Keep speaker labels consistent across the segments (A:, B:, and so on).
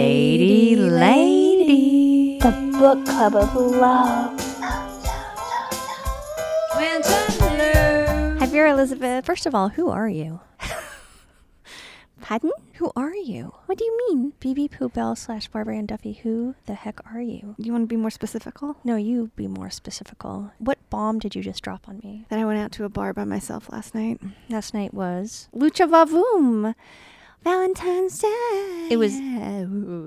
A: Datey Lady.
B: The book club of love.
A: Hi, Vera Elizabeth. First of all, who are you?
B: Pardon?
A: Who are you?
B: What do you mean?
A: BB Pooh Bell slash Barbara and Duffy, who the heck are you?
B: You want to be more specifical?
A: No, you be more specifical. What bomb did you just drop on me?
B: That I went out to a bar by myself last night.
A: Last night was.
B: Lucha Vavoom. Valentine's Day.
A: It was-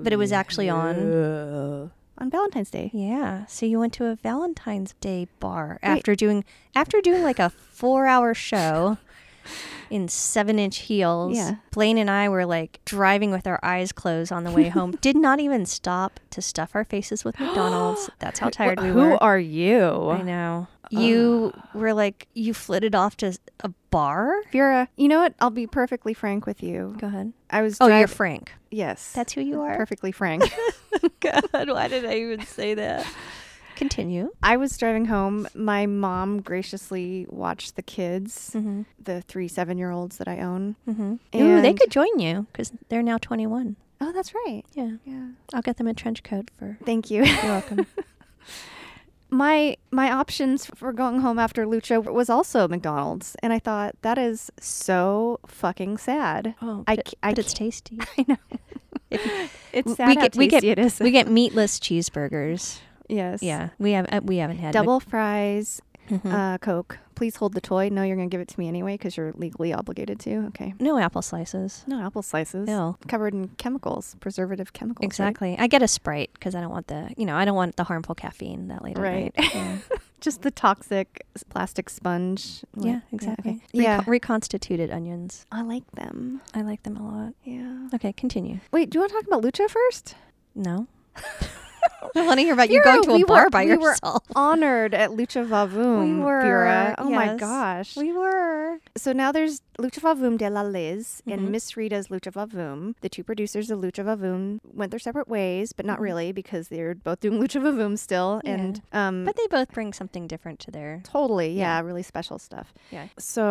A: But it was actually on.
B: on Valentine's Day.
A: Yeah. So you went to a Valentine's Day bar after doing after doing like a four hour show in seven inch heels.
B: Yeah.
A: Blaine and I were like driving with our eyes closed on the way home. Did not even stop to stuff our faces with McDonald's. That's how tired we
C: Who
A: were.
C: are you?
A: I know. You Oh. were like you flitted off to a bar?
B: Vera, you know what? I'll be perfectly frank with you.
A: Go ahead.
B: I was
A: Oh,
B: driv-
A: you're Frank.
B: yes.
A: That's who you are.
B: perfectly frank.
A: God, why did I even say that? Continue.
B: I was driving home. My mom graciously watched the kids,
A: Mm-hmm.
B: the three seven-year-olds that I own.
A: Mm-hmm. Ooh, they
B: And-
A: could join you because they're now 21.
B: Oh, that's right.
A: Yeah.
B: Yeah.
A: I'll get them a trench coat for.
B: Thank you.
A: You're welcome.
B: my my options for going home after lucha was also McDonald's, and I thought that is so fucking sad.
A: oh,
B: I
A: but,
B: c- I
A: but it's
B: c-
A: tasty.
B: I know.
A: If you-
B: It's
A: w-
B: sad how tasty it is.
A: we get meatless cheeseburgers.
B: yes.
A: Yeah, we have uh, we haven't had Mc-
B: Double fries,
A: Mhm.
B: uh, Coke. Please hold the toy. No, you're gonna give it to me anyway because you're legally obligated to. Okay.
A: no apple slices.
B: No apple slices.
A: No.
B: Covered in chemicals, preservative chemicals. right?
A: Exactly. I get a sprite because I don't want the you know I don't want the harmful caffeine that later.
B: Right.
A: Night. Yeah.
B: Just the toxic s- plastic sponge. like-
A: yeah. Exactly.
B: Yeah.
A: Reco- reconstituted onions.
B: I like them.
A: I like them a lot.
B: Yeah.
A: Okay, continue.
B: Wait, do you want to talk about lucha first?
A: No. I want to hear about you
B: Vera,
A: going to a
B: we
A: bar
B: were-
A: by
B: we were
A: yourself.
B: honored at Lucha Vavoom. Vera. Oh my
A: yes.
B: gosh.
A: We were.
B: so now there's Lucha Vavoom de la Liz
A: Mm-hmm.
B: and Miss Rita's Lucha Vavoom. The two producers of Lucha Vavoom went their separate ways, but not really because they're both doing Lucha Vavoom still.
A: Mm-hmm. Yeah.
B: And um,
A: But they both bring something different to their.
B: totally, yeah, really special stuff.
A: Yeah.
B: So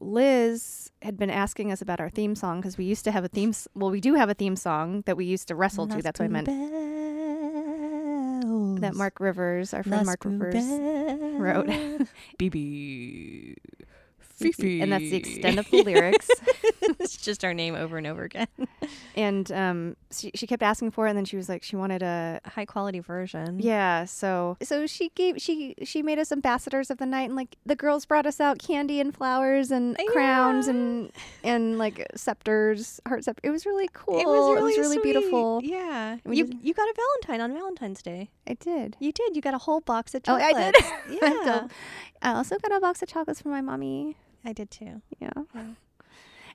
B: Liz had been asking us about our theme song because we used to have a theme. S- well, we do have a theme song that we used to wrestle to. That's what I meant. That Mark Rivers, our friend Mark Rivers, wrote.
C: BB.
B: and that's the extent of the lyrics.
A: it's just our name over and over again.
B: And um, she, she kept asking for it, and then she was like, she wanted a
A: A high quality version.
B: yeah. So so she gave she she made us ambassadors of the night, and like the girls brought us out candy and flowers and crowns and and like scepters, heart scepter. It was really cool.
A: It was really, sweet.
B: beautiful.
A: Yeah.
B: We
A: You,
B: did-
A: you got a Valentine on Valentine's Day.
B: I did.
A: You did. You got a whole box of
B: Oh, I
A: chocolates.
B: did. I
A: Yeah.
B: don't- I also got a box of chocolates from my mommy.
A: I did too.
B: Yeah.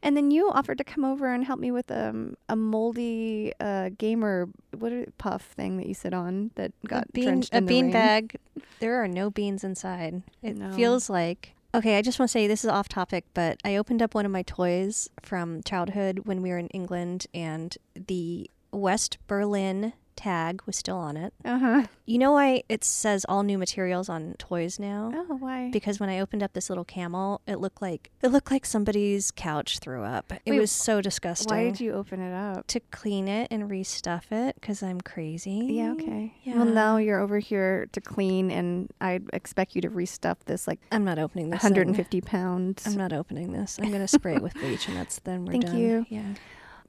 B: And then you offered to come over and help me with um, a moldy uh, gamer what are, puff thing that you sit on that got
A: a bean,
B: drenched
A: a
B: in the
A: bean
B: rain.
A: bag. There are no beans inside. It
B: No.
A: feels like okay. I just want to say this is off topic, but I opened up one of my toys from childhood when we were in England, and the West Berlin tag was still on it.
B: Uh huh.
A: You know why it says all new materials on toys now?
B: Oh, why?
A: Because when I opened up this little camel, it looked like it looked like somebody's couch threw up. It
B: Wait,
A: was so disgusting.
B: why did you open it up?
A: to clean it and restuff it? Because I'm crazy.
B: Yeah. Okay. Well,
A: Yeah.
B: now you're over here to clean, and I expect you to restuff this like
A: I'm not opening this. thing.
B: 150 pounds.
A: I'm not opening this. I'm gonna spray it with bleach, and that's then we're
B: Thank
A: done.
B: you.
A: Yeah.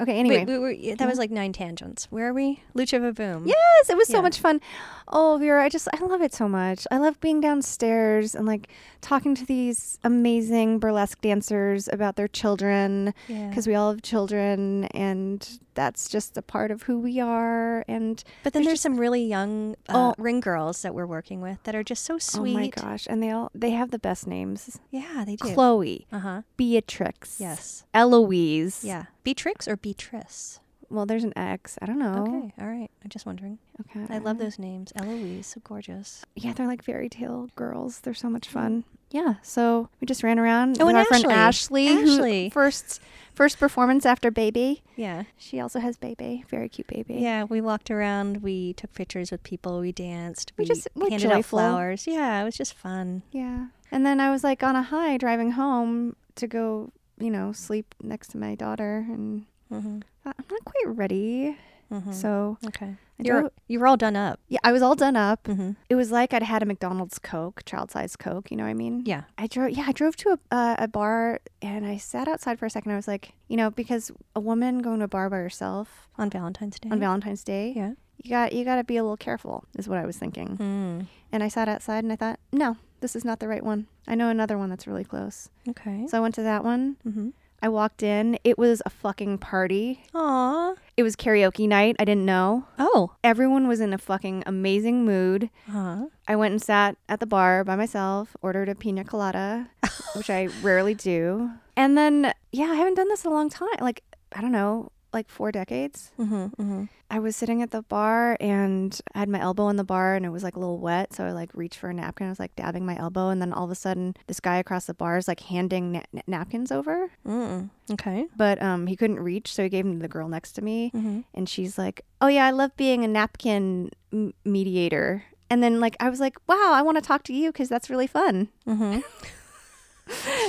B: okay. Anyway.
A: Wait, we were, yeah, that was like nine tangents. Where are we? Lucha Vaboom.
B: Yes, it was so
A: Yeah.
B: much fun. Oh, Vera, I just I love it so much. I love being downstairs and like talking to these amazing burlesque dancers about their children
A: Yeah.
B: because we all have children and that's just a part of who we are and
A: But then there's,
B: just-
A: some really young uh,
B: Oh.
A: ring girls that we're working with that are just so sweet.
B: Oh my gosh, and they all they have the best names.
A: Yeah, they do.
B: Chloe,
A: uh huh.
B: Beatrix,
A: Yes.
B: Eloise.
A: Yeah. Beatrix or Beatrice.
B: Well, there's an X. I don't know.
A: Okay. All right. I'm just wondering.
B: Okay.
A: I love those names. Eloise, so gorgeous.
B: Yeah, they're like fairy tale girls. They're so much fun. Yeah. So we just ran around
A: Oh,
B: with
A: and
B: our friend
A: Ashley.
B: Ashley. who-
A: Ashley.
B: first first performance after baby.
A: Yeah.
B: She also has baby. Very cute baby.
A: Yeah. We walked around. We took pictures with people. We danced.
B: We
A: We,
B: just were
A: handed out
B: joyful.
A: flowers. Yeah. It was just fun.
B: Yeah. And then I was like on a high driving home to go, you know, sleep next to my daughter and
A: Mm-hmm.
B: thought, I'm not ready.
A: Mhm.
B: So
A: okay,
B: I
A: you're
B: don't-
A: you're all done up.
B: yeah, I was all done up.
A: Mm-hmm.
B: It was like I'd had a McDonald's Coke, child size Coke. You know what I mean?
A: Yeah.
B: I drove. Yeah, I drove to a uh, a bar and I sat outside for a second. I was like, you know, because a woman going to a bar by herself
A: On Valentine's Day.
B: on Valentine's Day,
A: Mm-hmm. Yeah.
B: you got you got to be a little careful, is what I was thinking.
A: Mm.
B: And I sat outside and I thought, no, this is not the right one. I know another one that's really close.
A: Okay.
B: So I went to that one.
A: mm-hmm.
B: I walked in. It was a fucking party.
A: Aw.
B: It was karaoke night. I didn't know.
A: Oh.
B: Everyone was in a fucking amazing mood.
A: Huh.
B: I went and sat at the bar by myself, ordered a pina colada, which I rarely do. And then, yeah, I haven't done this in a long time. Like, I don't know, like four decades.
A: Mm-hmm, mm-hmm.
B: I was sitting at the bar and I had my elbow on the bar and it was like a little wet. So I like reached for a napkin. I was like dabbing my elbow. And then all of a sudden, this guy across the bar is like handing na- na- napkins over,
A: Mm-mm. Mm-hmm. Okay.
B: but um, he couldn't reach. So he gave them to the girl next to me.
A: Mm-hmm.
B: And she's like, Oh, yeah, I love being a napkin m- mediator. And then, like, I was like, Wow, I want to talk to you because that's really fun.
A: Mm-hmm.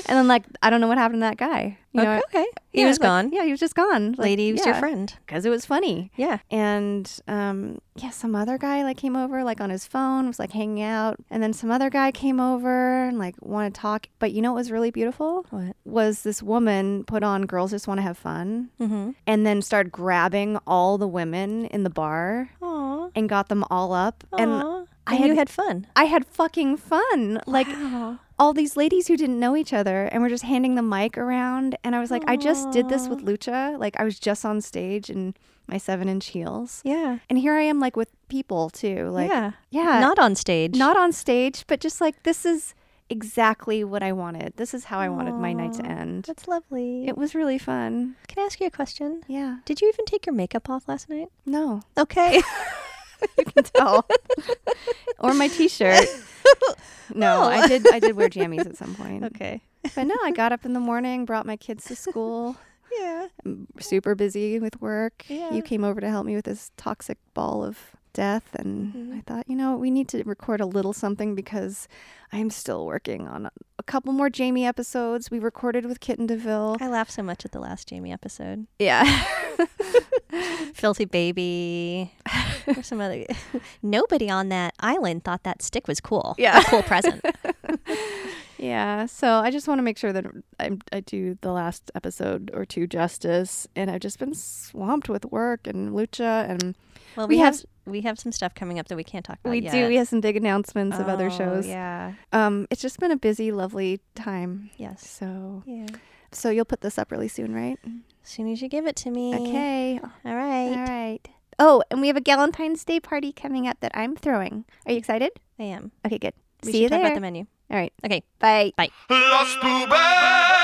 B: And then, like, I don't know what happened to that guy. You know,
A: okay. okay. He
B: yeah,
A: was
B: like-
A: gone.
B: Yeah, he was just gone. Like,
A: Lady was your
B: yeah,
A: friend.
B: Because it was funny.
A: Yeah.
B: And um, yeah, some other guy like came over like on his phone, was like hanging out, and then some other guy came over and like wanted to talk. But you know what was really beautiful
A: What?
B: was this woman put on "Girls Just Want to Have Fun"
A: Mm-hmm.
B: and then started grabbing all the women in the bar
A: Aw.
B: and got them all up. And
A: And
B: I
A: I you
B: had-
A: had fun.
B: I had fucking fun. Like
A: Wow.
B: all these ladies who didn't know each other and were just handing the mic around. And I was like, I just did this with Lucha. Like I was just on stage in my seven inch heels.
A: Yeah.
B: And here I am, like with people too. Like,
A: yeah.
B: yeah,
A: Not on stage.
B: not on stage, but just like this is exactly what I wanted. This is how I wanted my night to
A: Aw.
B: end.
A: That's lovely.
B: It was really fun.
A: Can I ask you a question?
B: Yeah.
A: Did you even take your makeup off last night?
B: No.
A: Okay.
B: Oh. or my T-shirt. No, I did. I did wear jammies at some point.
A: Oh. okay.
B: But no, I got up in the morning, brought my kids to school.
A: Yeah.
B: I'm super busy with work.
A: Yeah.
B: You came over to help me with this toxic ball of death and
A: Mhm.
B: I thought, you know, we need to record a little something because I'm still working on a, a couple more Jamie episodes. We recorded with Kitten DeVille.
A: I laughed so much at the last Jamie episode.
B: Yeah.
A: Filthy baby. or some other. Nobody on that island thought that stick was cool.
B: Yeah.
A: A cool present.
B: yeah. So I just want to make sure that I, I do the last episode or two justice. And I've just been swamped with work and lucha. And
A: Well,
B: We
A: we,
B: have-
A: have, we have some stuff coming up that we can't talk about
B: we
A: yet.
B: do. We have some big announcements of other
A: Oh,
B: shows.
A: Yeah.
B: Um, it's just been a busy, lovely time.
A: Yes.
B: So,
A: Yeah.
B: so you'll put this up really soon, right?
A: As soon as you give it to me.
B: Okay.
A: All right.
B: All right. Oh, and we have a Galentine's Day party coming up that I'm throwing. Are you excited?
A: I am.
B: Okay, good.
A: We
B: See
A: should
B: you
A: talk
B: there.
A: about the menu.
B: All right.
A: Okay.
B: Bye.
D: Las Pubes.